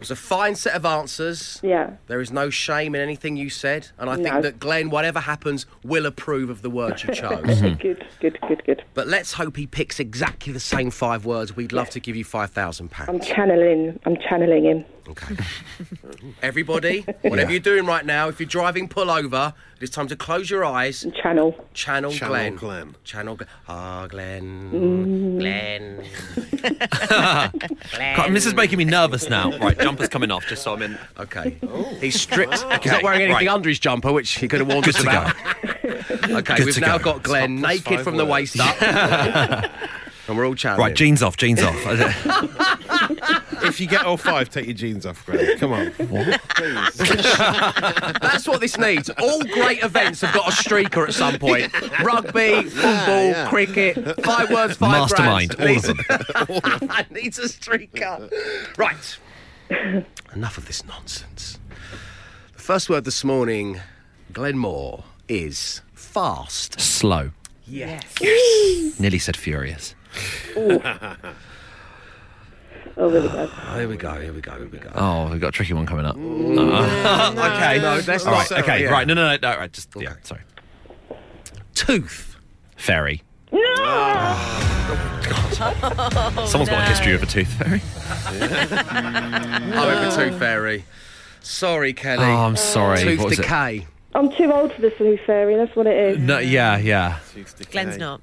A: was a fine set of answers.
J: yeah.
A: There is no shame in anything you said, and I
J: No.
A: think that Glenn, whatever happens, will approve of the words you chose.
J: Good. Good. Good. Good.
A: but let's hope he picks exactly the same five words. We'd love to give you five thousand
J: I'm
A: pounds.
J: channeling. I'm channeling him.
A: Okay. Everybody, whatever you're doing right now, if you're driving, pull over. It's time to close your eyes.
J: Channel.
A: Channel,
B: Channel
A: Glenn.
B: Glenn.
A: Channel Glenn. Ah, Glenn.
J: Mm.
A: Glenn.
E: God, this is making me nervous now. Right, jumper's coming off, just so I'm in.
A: Okay. He's stripped. He's not wearing anything
E: right.
A: under his jumper, which he could have warned us
E: to go.
A: about. okay,
E: Good
A: we've
E: to
A: now
E: go.
A: got
B: Top
A: Glenn
B: plus
A: naked
B: five
A: from the
B: words.
A: waist up. and we're all chatting.
E: Right, jeans off, jeans off.
B: if you get all five, take your jeans off, Greg. Come on. Please.
A: That's what this needs. All great events have got a streaker at some point. Rugby, football,
B: yeah.
A: cricket, five words, five
E: Mastermind, all of
A: brands.
E: them.
A: I needs a streaker. Right. Enough of this nonsense. The first word this morning, Glenmore, is fast.
E: Slow.
A: Yes.
E: Nearly said furious.
J: Oh, there we go.
B: Ah.
A: Oh, here we go, here we go, here we go.
E: Oh, we've got a tricky one coming up. Uh, okay.
A: No, that's
E: all
A: not
E: right,
A: so,
E: okay,
A: yeah.
E: right. No, no, no, no, right. Just, yeah, sorry.
A: Tooth.
E: Fairy. No! Someone's got a history of a tooth fairy.
A: I went for Oh, tooth fairy. Sorry, Kelly.
E: Oh, I'm sorry.
A: tooth
E: What was it?
A: decay.
J: I'm too old for the blue fairy. That's what it is.
E: No, yeah, yeah.
D: Glenn's not.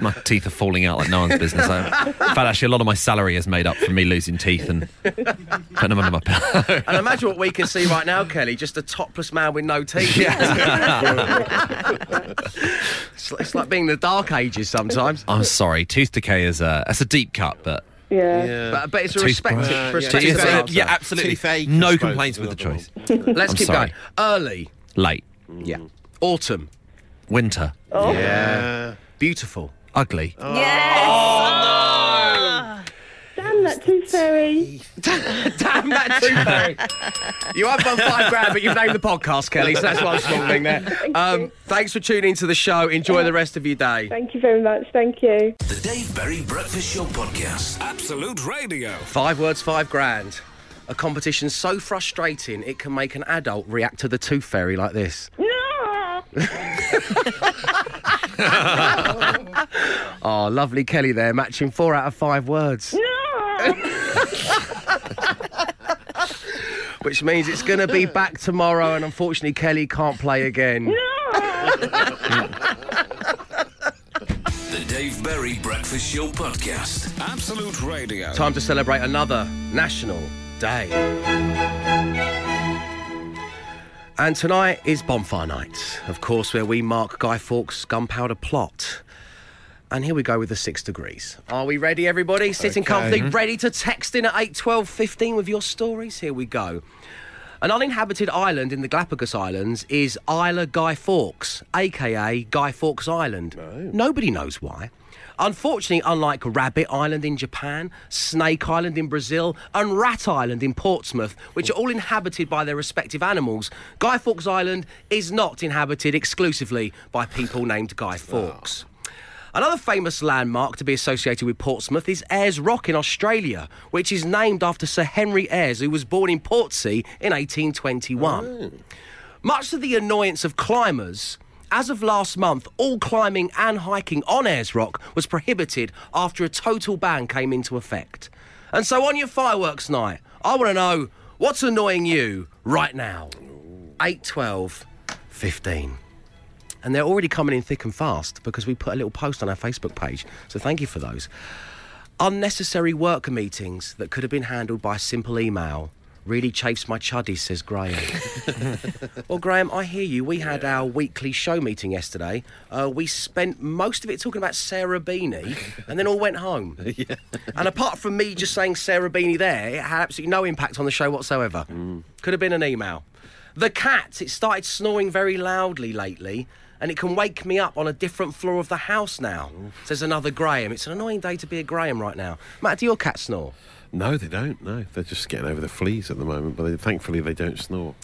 E: My teeth are falling out like no one's business. I, in fact, actually, a lot of my salary is made up from me losing teeth and putting them under my pillow.
A: And imagine what we can see right now, Kelly. Just a topless man with no teeth. it's, like- it's like being in the dark ages sometimes.
E: I'm sorry. Tooth decay is a that's a deep cut, but
J: Yeah.
A: But, but it's a
E: Toothbrush.
A: respected,
E: Uh,
B: yeah,
A: respected
B: it's a-
A: answer.
E: yeah, absolutely.
B: Toothache, I
E: no
B: suppose,
E: complaints
B: is
E: with the
B: another
E: choice.
A: Let's
E: I'm
A: keep
E: sorry.
A: going. Early.
E: Late,
A: Yeah. Autumn.
E: winter,
B: Yeah.
A: Beautiful.
E: ugly.
B: Oh,
D: Yes.
J: Damn that tooth fairy.
A: Damn that tooth fairy. you have won five grand, but you've named the podcast, Kelly, so that's one small thing there. Um, thanks for tuning into the show. Enjoy the rest of your day.
J: Thank you very much. Thank you.
C: The Dave Berry Breakfast Show Podcast.
F: Absolute Radio.
A: Five words, five grand. A competition so frustrating it can make an adult react to the tooth fairy like this. oh, lovely Kelly there, matching four out of five words. Which means it's going to be back tomorrow, and unfortunately, Kelly can't play again.
C: The Dave Berry Breakfast Show Podcast.
F: Absolute Radio.
A: Time to celebrate another National Day. And tonight is Bonfire Night, of course, where we mark Guy Fawkes' gunpowder plot. And here we go with the six degrees. Are we ready, everybody? Sitting comfortably, ready to text in at 8, 12, 15 with your stories? Here we go. An uninhabited island in the Galapagos Islands is Isla Guy Fawkes, aka Guy Fawkes Island. Nobody knows why. Unfortunately, unlike Rabbit Island in Japan, Snake Island in Brazil, and Rat Island in Portsmouth, which are all inhabited by their respective animals, Guy Fawkes Island is not inhabited exclusively by people named Guy Fawkes. Another famous landmark to be associated with Portsmouth is Ayers Rock in Australia, which is named after Sir Henry Ayres, who was born in Portsea in 1821. Much to the annoyance of climbers, as of last month, all climbing and hiking on Ayers Rock was prohibited after a total ban came into effect. And so, on your fireworks night, I want to know what's annoying you right now? 8, 12, 15. And they're already coming in thick and fast because we put a little post on our Facebook page. So, thank you for those. Unnecessary work meetings that could have been handled by simple email Really chafes my chuddy, says Graham. well, Graham, I hear you. We had our weekly show meeting yesterday. Uh, we spent most of it talking about Sarah Beanie and then all went home. And apart from me just saying Sarah Beanie there, it had absolutely no impact on the show whatsoever. Could have been an email. The cat, it started snoring very loudly lately. And it can wake me up on a different floor of the house now. Says another Graham. It's an annoying day to be a Graham right now. Matt, do your cat snore?
B: No, they don't. No, they're just getting over the fleas at the moment, but they, thankfully they don't snore.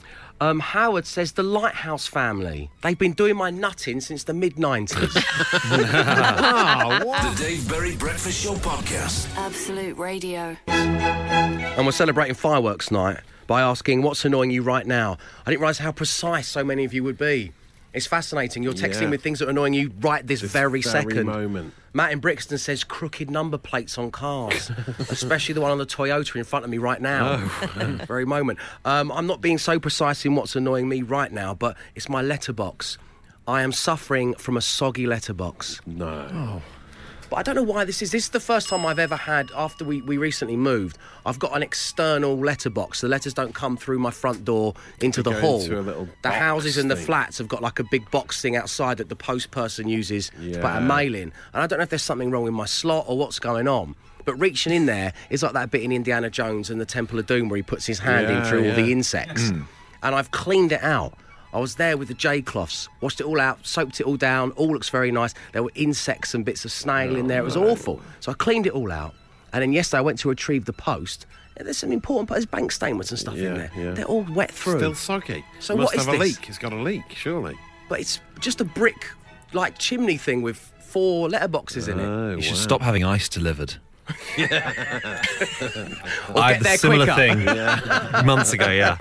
A: Um, Howard says the Lighthouse family. They've been doing my nutting since the mid 90s.
C: The Dave Berry Breakfast Show podcast.
H: Absolute Radio.
A: and we're celebrating fireworks night by asking what's annoying you right now. I didn't realise how precise so many of you would be. It's fascinating. You're texting
B: Yeah.
A: with things that are annoying you right this,
B: very
A: very, second.
B: moment.
A: Matt in Brixton says crooked number plates on cars, especially the one on the Toyota in front of me right now.
B: Oh.
A: very moment. Um, I'm not being so precise in what's annoying me right now, but it's my letterbox. I am suffering from a soggy letterbox.
B: No.
A: But I don't know why this is. This is the first time I've ever had after we, we recently moved. I've got an external letterbox. The letters don't come through my front door into
B: They
A: the
B: go
A: hall.
B: into a little
A: the
B: box
A: houses and the
B: thing.
A: flats have got like a big box thing outside that the post person uses to put
B: Yeah.
A: a mail in. And I don't know if there's something wrong with my slot or what's going on. But reaching in there is like that bit in Indiana Jones and the Temple of Doom where he puts his hand in
B: Yeah,
A: through all the
B: yeah.
A: insects.
B: Hmm.
A: and I've cleaned it out. I was there with the J cloths, washed it all out, soaped it all down, all looks very nice. There were insects and bits of snail in there. It was
B: Oh,
A: awful. So I cleaned it all out. And then yesterday I went to retrieve the post. And There's some important there's bank statements and stuff in
B: Yeah,
A: there.
B: yeah.
A: They're all wet through.
B: Still soggy.
A: So
B: Must
A: what is
B: have a
A: this?
B: leak. It's got a leak, surely.
A: but it's just a brick like chimney thing with four letterboxes in it.
B: Oh,
E: You should
B: wow.
E: stop having ice delivered.
A: Or
E: I
A: get
E: had
A: there
E: a similar
A: quicker.
E: thing months ago, yeah.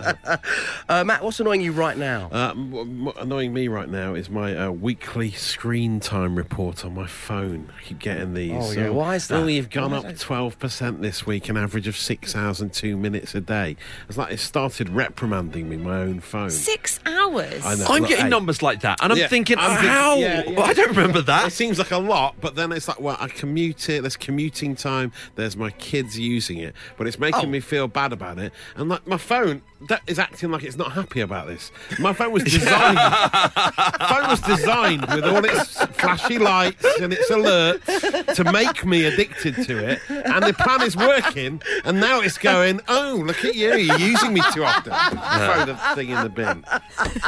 A: Uh, Matt, what's annoying you right now?
B: Uh, m- m- what annoying me right now is my uh, weekly screen time report on my phone. I keep getting these.
A: Oh, yeah. Why is that?
B: Oh, you've gone up 12% this week, an average of six hours and two minutes a day. It's like it started reprimanding me, my own phone.
D: Six hours.
B: I know.
E: I'm
B: Look,
E: getting
B: hey.
E: numbers like that, and I'm
B: Yeah,
E: thinking,
B: I'm thinking-
E: how?
B: yeah, yeah.
E: I don't remember
B: It
E: that.
B: seems like a lot, but then it's like, well, I commute it. There's commuting time. There's my kids using it, but it's making me feel bad about it. And like my phone, that is acting like it's not happy about this. My phone was designed. phone was designed with all its flashy lights and its alerts to make me addicted to it. And the plan is working. And now it's going. Oh, look at you! You're using me too often. Throw the thing in the bin.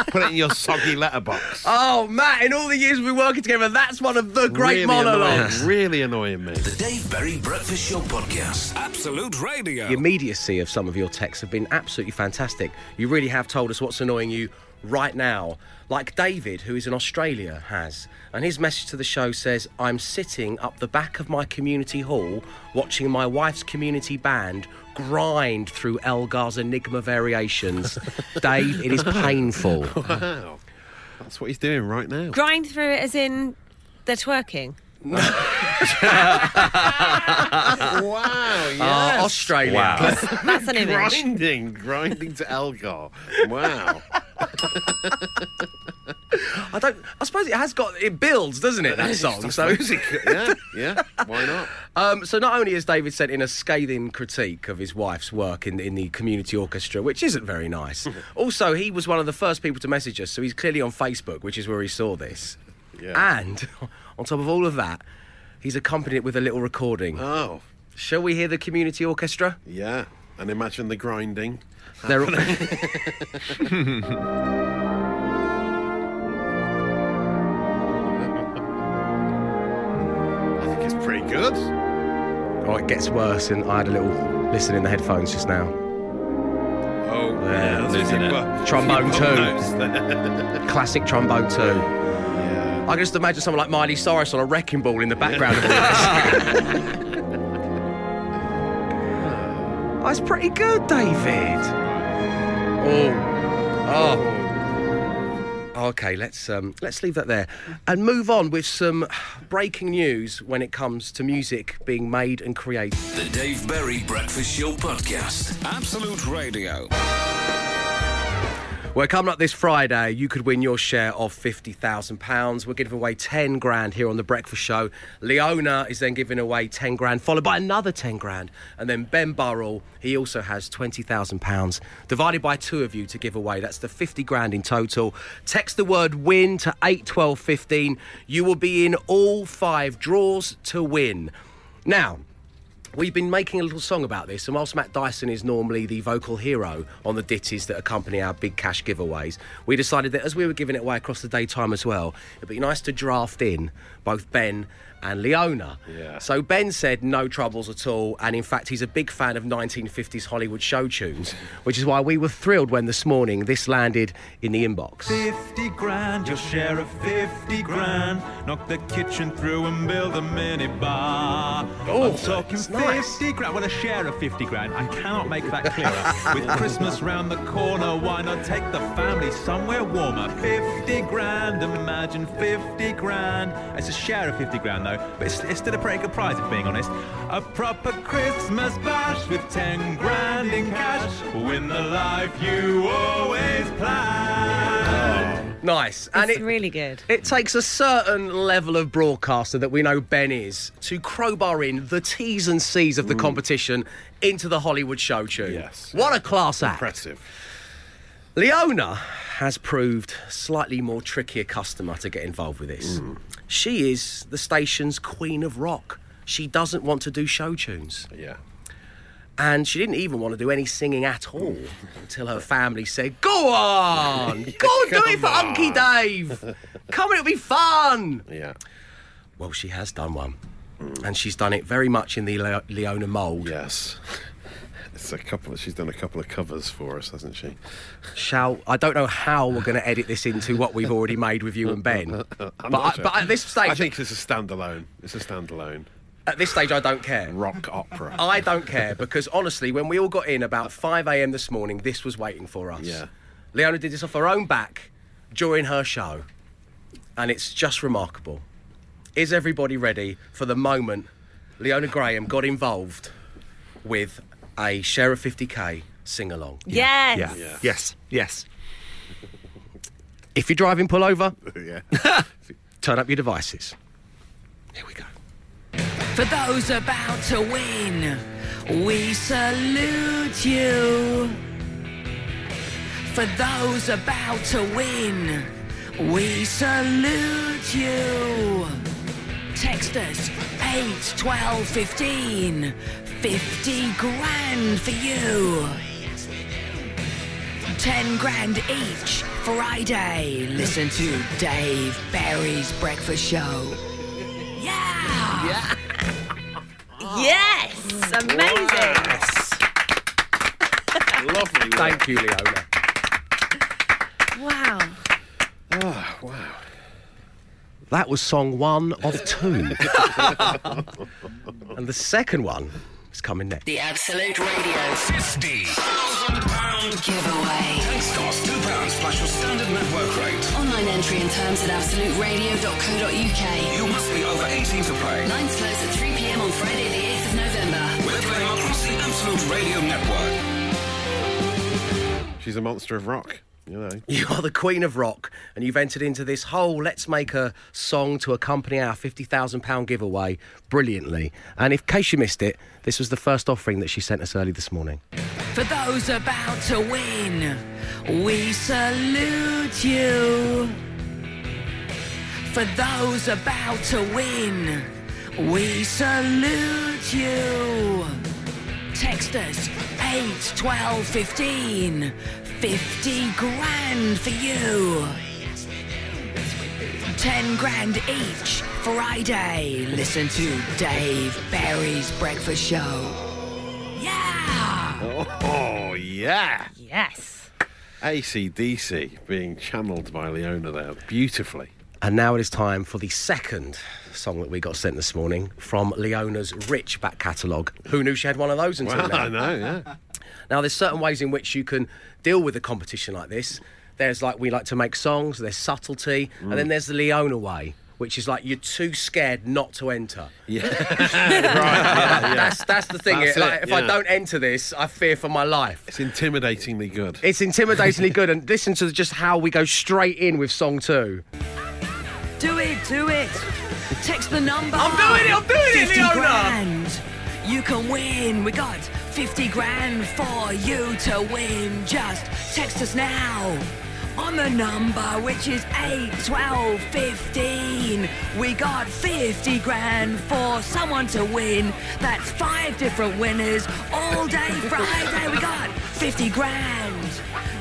B: Put it in your soggy letterbox.
A: Oh, Matt, in all the years we've been working together, that's one of the great
B: really
A: monologues.
B: Annoying, really annoying me.
C: The Dave Berry Breakfast Show podcast.
F: Absolute Radio.
A: The immediacy of some of your texts have been absolutely fantastic. You really have told us what's annoying you right now, like David, who is in Australia, has. And his message to the show says, I'm sitting up the back of my community hall watching my wife's community band grind through Elgar's Enigma variations. Dave, it is painful.
B: Wow. That's what he's doing right now.
D: Grind through it as in they're twerking.
B: wow, yes.
A: Ah, Australia.
D: That's an image.
B: Oh, Grinding, grinding to Elgar. Wow.
A: I don't I suppose it has got it builds, doesn't it, that song? So
B: yeah, yeah, why not?
A: Um, so not only has David sent in a scathing critique of his wife's work in, in the community orchestra, which isn't very nice. also, he was one of the first people to message us, so he's clearly on Facebook, which is where he saw this.
B: Yeah.
A: And on top of all of that, he's accompanied it with a little recording.
B: Oh,
A: Shall we hear the community orchestra?
B: yeah. And imagine the grinding.
A: They're all-
B: I think it's pretty good.
A: oh, it gets worse, and I had a little listen in the headphones just now.
B: Oh,
A: Yeah,
B: that's
E: losing
B: a
E: it.
B: few bu-
A: Trombone
B: few
A: too.
B: notes there.
A: Classic trombone too. I can just imagine someone like Miley Cyrus on a wrecking ball in the background. of all this. That's Oh, pretty good, David. Oh, oh. Okay, let's um, let's leave that there and move on with some breaking news when it comes to music being made and created.
C: The Dave Berry Breakfast Show podcast.
F: Absolute Radio.
A: Well, coming up this Friday, you could win your share of £50,000. We're giving away 10 grand here on The Breakfast Show. Leona is then giving away 10 grand, followed by another 10 grand. And then Ben Burrell, he also has £20,000 divided by two of you to give away. That's the 50 grand in total. Text the word win to 81215. You will be in all five draws to win. Now, We've been making a little song about this, and whilst Matt Dyson is normally the vocal hero on the ditties that accompany our big cash giveaways, we decided that as we were giving it away across the daytime as well, it'd be nice to draft in both Ben and Leona.
B: Yeah.
A: So Ben said no troubles at all, and in fact, he's a big fan of 1950s Hollywood show tunes, which is why we were thrilled when this morning this landed in the inbox.
G: 50 grand, your share of 50 grand. Knock the kitchen through and build a mini bar.
A: Oh,
G: I'm talking
A: that's nice.
G: 50 grand. Well, a share of 50 grand. I cannot make that clearer. With Christmas round the corner, why not take the family somewhere warmer? 50 grand, imagine 50 grand. It's a share of 50 grand, though, but it's, it's still a pretty good prize, if being honest. A proper Christmas bash with 10 grand in cash. Win the life you always planned.
A: Nice. and
D: it's
A: it,
D: really good.
A: It takes a certain level of broadcaster that we know Ben is to crowbar in the T's and C's of the competition into the Hollywood show tune.
B: Mm. Yes.
A: What a class act.
B: Impressive.
A: Leona has proved slightly more trickier customer to get involved with this.
B: Mm.
A: She is the station's queen of rock. She doesn't want to do show tunes.
B: Yeah.
A: And she didn't even want to do any singing at all until her family said, Go on! Go on, do it for
B: Come
A: Unky
B: on."
A: Dave! Come on, it'll be fun!
B: Yeah.
A: Well, she has done one. And she's done it very much in the Le- Leona mould.
B: Yes. It's a couple of, she's done a couple of covers for us, hasn't she?
A: Shall I don't know how we're going to edit this into what we've already made with you and Ben. but, I, but at this stage,
B: I think it's a standalone. It's a standalone
A: at this stage, I don't care.
B: rock opera.
A: I don't care because honestly, when we all got in about 5 a.m. this morning, this was waiting for us.
B: Yeah.
A: Leona did this off her own back during her show, and it's just remarkable. Is everybody ready for the moment Leona Graham got involved with a share of 50k sing along?
D: Yes.
B: Yeah.
K: Yes. Yes.
A: If you're driving, pull over,
B: yeah.
A: turn up your devices. Here we go.
L: For those about to win, we salute you. For those about to win, we salute you. Text us 8 12 15 50 grand for you. 10 grand each Friday. Listen to Dave Barry's Breakfast Show. Yeah!
B: Oh.
D: Yes. Amazing.
B: Lovely. work.
A: Thank you, Leona.
D: Wow.
A: That was song one of two. and the second one is coming next.
L: The Absolute Radio
H: Fifty thousand pound
L: giveaway.
H: Takes cost two pounds plus your standard network rate.
L: Online entry and terms at absoluteradio.co.uk.
H: You must be over eighteen to play.
L: Lines close at 3 pm on Friday, the 8th of November.
H: We're playing across the Absolute Radio network.
B: She's a monster of rock. You know.
A: You are the queen of rock, and you've entered into this whole let's make a song to accompany our £50,000 giveaway brilliantly. And in case you missed it, this was the first offering that she sent us early this morning.
L: For those about to win, we salute you. For those about to win, we salute you. Text us 8 12 15 50 grand for you. 10 grand each Friday. Listen to Dave Barry's Breakfast Show. Yeah!
B: Oh, yeah.
D: Yes.
B: ACDC being channeled by Leona there beautifully.
A: And now it is time for the second song that we got sent this morning from Leona's rich back catalogue. Who knew she had one of those until
B: Well,
A: now?
B: I know, yeah.
A: Now, there's certain ways in which you can deal with a
B: Mm.
A: competition like this. There's like we like to make songs, there's subtlety, and then there's the Leona way, which is like you're too scared not to enter.
B: Yeah.
A: yeah. That's that's the thing.
B: That's
A: it- like,
B: it,
A: if I
B: yeah.
A: don't enter this, I fear for my life.
B: It's intimidatingly good.
A: It's intimidatingly good, and listen to just how we go straight in with song two.
L: Do it, do it. Text the number.
M: I'm doing it, I'm doing it,
L: 50
M: Leona.
L: Grand. You can win. We got 50 grand for you to win. Just text us now on the number, which is 8 12 15. We got 50 grand for someone to win. That's five different winners all day Friday. We got 50 grand.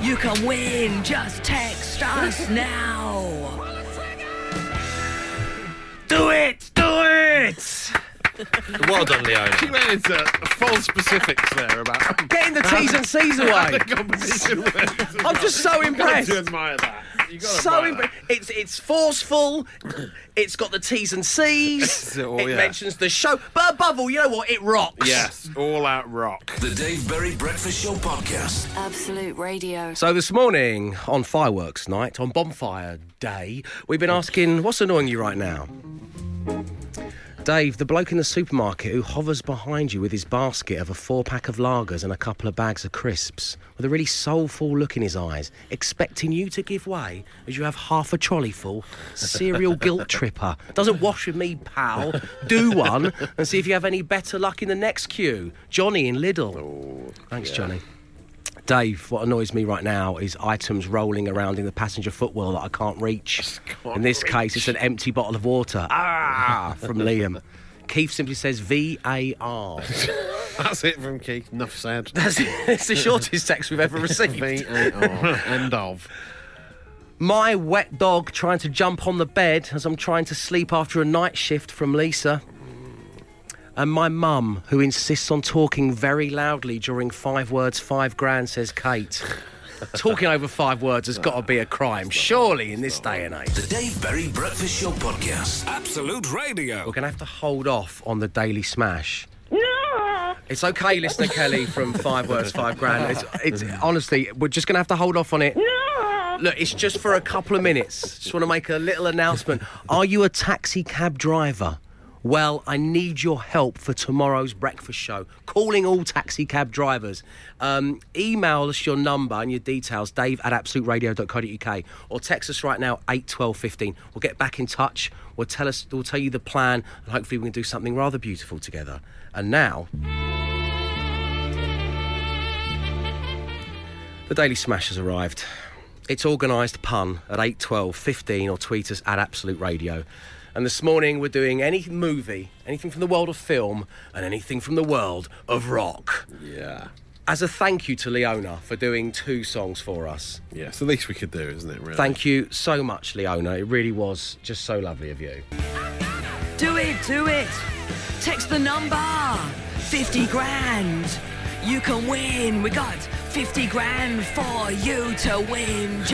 L: You can win. Just text us now.
B: Do it! Do it!
E: Well done, Leona.
B: She went into full specifics there about
A: getting the T's and C's away. I'm just so impressed.
B: You got to admire that. You gotta
A: So
B: admire
A: impre- it's it's forceful. it's got the T's and C's.
B: It's all-
A: it
B: yeah.
A: mentions the show, but above all, you know what? It rocks.
B: that. Yes, all out rock.
C: The Dave Berry Breakfast Show podcast.
H: Absolute Radio.
A: So this morning on fireworks night, on bonfire day, we've been asking, what's annoying you right now? Dave, the bloke in the supermarket who hovers behind you with his basket of a four pack of lagers and a couple of bags of crisps, with a really soulful look in his eyes, expecting you to give way as you have half a trolley full, serial guilt tripper. Doesn't wash with me, pal. Do one and see if you have any better luck in the next queue. Johnny in Lidl. Thanks, Johnny. Dave, what annoys me right now is items rolling around in the passenger footwell that I can't reach. in this case, it's an empty bottle of water. Ah, from Liam. Keith simply says V A R.
B: That's it from Keith. Enough said.
A: That's it. It's the shortest text we've ever received.
B: V-A-R. End of.
A: My wet dog trying to jump on the bed as I'm trying to sleep after a night shift from Lisa. And my mum, who insists on talking very loudly during five words, five grand, says Kate. talking over five words has got to be a crime, surely, in this day and age.
C: The Dave Berry Breakfast Show podcast. Absolute radio.
A: We're going to have to hold off on the Daily Smash. It's okay, listener Kelly from Five Words, Five Grand. It's, it's honestly, we're just going to have to hold off on it. Look, it's just for a couple of minutes. Just want to make a little announcement. Are you a taxi cab driver? Well, I need your help for tomorrow's breakfast show. Calling all taxi cab drivers. Um, email us your number and your details, dave at absoluteradio.co.uk, or text us right now, 8 12 15. We'll get back in touch. We'll tell, us, we'll tell you the plan, and hopefully, we can do something rather beautiful together. And now, The Daily Smash has arrived. It's organised pun at 8, 12, 15 or tweet us at Absolute Radio. And this morning we're doing any movie, anything from the world of film, and anything from the world of rock.
B: Yeah.
A: As a thank you to Leona for doing two songs for us.
B: Yeah, it's the least we could do, isn't it, really?
A: Thank you so much, Leona. It really was just so lovely of you.
L: Do it, do it. Text the number. 50 grand. You can win. We got 50 grand for you to win.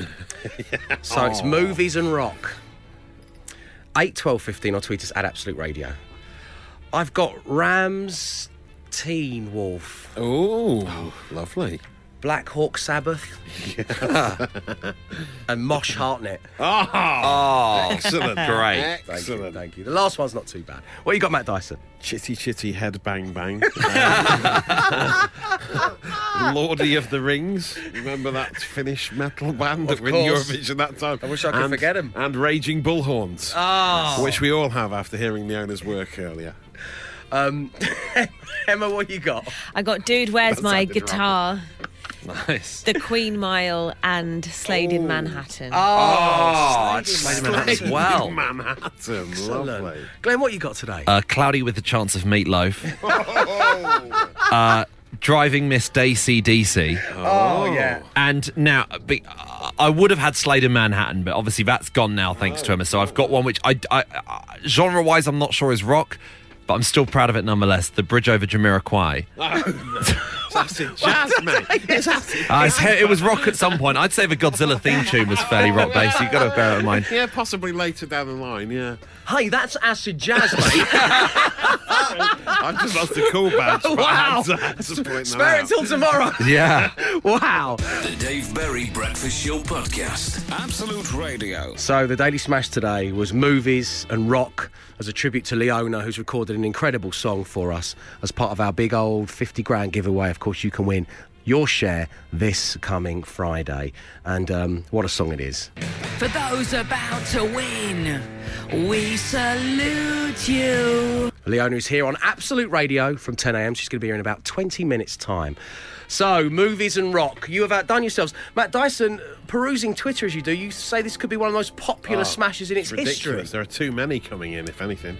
A: So it's movies and rock. 8, 12, 15 or tweet us at Absolute Radio. I've got Rams Teen Wolf.
B: Oh, lovely.
A: Black Hawk Sabbath, and Mosh Hartnett.
B: Oh,
E: Oh,
B: excellent.
E: Great.
A: Thank you,
B: Excellent.
A: thank you. The last one's not too bad. What you got, Matt Dyson?
B: Chitty chitty head bang bang. Lordy of the Rings. Remember that Finnish metal band
A: Of
B: that won
A: course.
B: Eurovision that time? I
A: wish I could
B: and,
A: forget 'em.
B: And Raging Bullhorns.
A: Oh.
B: Which we all have after hearing the owner's work earlier.
A: Um, Emma, what you got?
D: I got Dude, Where's
B: That
D: My
B: sounded
D: Guitar,
E: Nice.
D: The Queen Mile, and Slade in Manhattan.
B: Oh.
E: Slade
A: Oh,
E: in
A: Slade
E: Manhattan.
A: in Manhattan. Wow.
B: Manhattan. Lovely.
A: Excellent. Glenn, what you got today?
E: Uh, cloudy with the chance of meatloaf.
B: Oh.
E: uh, driving Miss Daisy DC.
A: oh, yeah.
E: And now, be- I would have had Slade in Manhattan, but obviously that's gone now thanks to Emma. So I've got one which I, genre wise, I'm not sure is rock, but I'm still proud of it nonetheless. The Bridge over Jamiroquai.
B: It's acid jazz, mate. It's acid.
E: Ah, it's he- it was rock at some point. I'd say the Godzilla theme tune was fairly rock based. You've got to bear it in mind.
B: Yeah, possibly later down the line. Yeah.
A: Hey, that's acid jazz, mate.
B: I've just lost the cool badge. but
A: Wow.
B: I'm just pointing that
A: Spare it
B: out.
A: till tomorrow.
E: Yeah.
A: wow.
C: The Dave Berry Breakfast Show podcast.
F: Absolute Radio.
A: So the Daily Smash today was movies and rock as a tribute to Leona, who's recorded an incredible song for us as part of our big old 50 grand giveaway. Of course, you can win your share this coming Friday. And um, what a song it is.
L: For those about to win, we salute you.
A: Leona's here on Absolute Radio from 10am. She's going to be here in about 20 minutes' time. So, movies and rock, you have outdone yourselves. Matt Dyson, uh, perusing Twitter as you do, you say this could be one of the most popular
B: Oh,
A: smashes in its
B: ridiculous.
A: history.
B: There are too many coming in, if anything.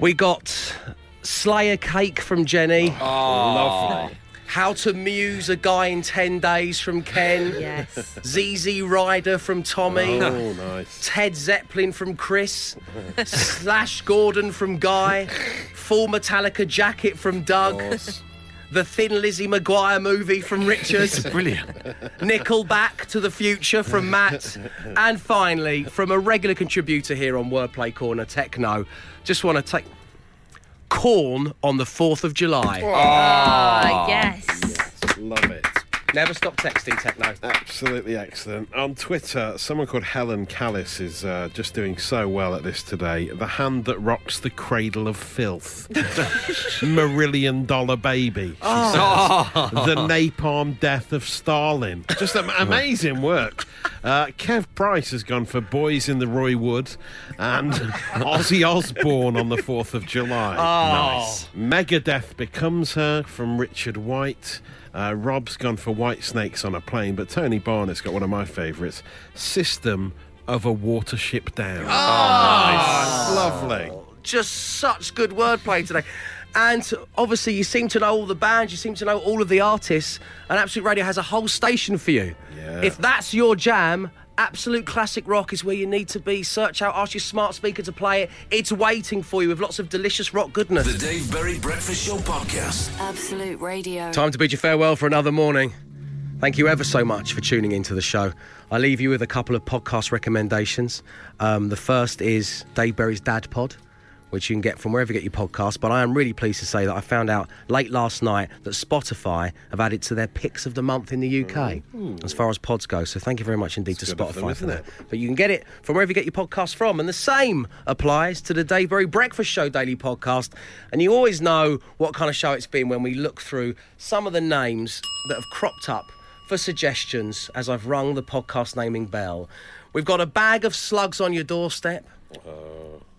A: We got Slayer Cake from Jenny.
B: Oh, Lovely.
A: How to Muse a Guy in 10 Days from Ken.
D: Yes.
A: ZZ Rider from Tommy.
B: Oh, nice.
A: Ted Zeppelin from Chris. Slash Gordon from Guy. Full Metallica Jacket from Doug.
B: Horse.
A: The Thin Lizzy Maguire movie from Richard.
E: Brilliant.
A: Nickelback to the Future from Matt. And finally, from a regular contributor here on Wordplay Corner Techno, just want to take Corn on the 4th of July.
E: Uh,
D: Ah, yes.
B: Love it.
A: Never stop texting Techno.
B: Absolutely excellent. On Twitter, someone called Helen Callis is uh, just doing so well at this today. The hand that rocks the cradle of filth. Marillion dollar baby. she says. The napalm death of Stalin. Just am- amazing work. Uh, Kev Price has gone for Boys in the Roy Wood and Ozzy Osbourne on the 4th of July. Nice. Megadeth becomes her from Richard White. Uh, Rob's gone for White Snakes on a Plane, but Tony Barnett's got one of my favourites System of a Watership Down. Oh, nice. Lovely.
A: Just such good wordplay today. And obviously, you seem to know all the bands, you seem to know all of the artists, and Absolute Radio has a whole station for you.
B: Yeah.
A: If that's your jam, Absolute Classic Rock is where you need to be. Search out, ask your smart speaker to play it. It's waiting for you with lots of delicious rock goodness.
C: The Dave Berry Breakfast Show podcast.
H: Absolute Radio.
A: Time to bid you farewell for another morning. Thank you ever so much for tuning into the show. I leave you with a couple of podcast recommendations. Um, the first is Dave Berry's Dad Pod, which you can get from wherever you get your podcast. But I am really pleased to say that I found out late last night that Spotify have added to their picks of the month in the UK as far as pods go. So thank you very much indeed to
B: Mm. good of them,
A: Spotify for
B: isn't
A: that.
B: it?
A: But you can get it from wherever you get your podcast from. And the same applies to the Dave Berry Breakfast Show daily podcast. And you always know what kind of show it's been when we look through some of the names that have cropped up for suggestions as I've rung the podcast naming bell. We've got a bag of slugs on your doorstep.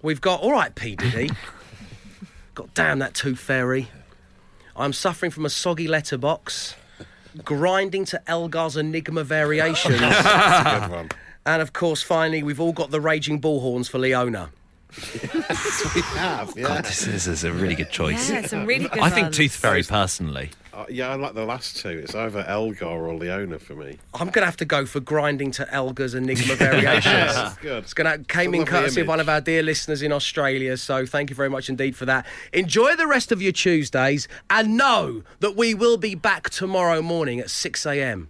A: We've got, all right, P. Diddy. God damn that tooth fairy. I'm suffering from a soggy letterbox. Grinding to Elgar's Enigma Variations.
B: That's a good one.
A: And of course, finally, we've all got the raging bullhorns for Leona.
B: We have, yeah.
E: This is, a really good choice.
D: Yeah, some really good
E: I think
D: ones.
E: Tooth Fairy personally.
B: Uh, yeah, I like the last two. It's either Elgar or Leona for me.
A: I'm going to have to go for grinding to Elgar's Enigma Variations.
B: Yes, good.
A: It's going to came
B: It's a
A: in
B: lovely
A: courtesy of
B: image.
A: one of our dear listeners in Australia, so thank you very much indeed for that. Enjoy the rest of your Tuesdays and know that we will be back tomorrow morning at 6 a.m.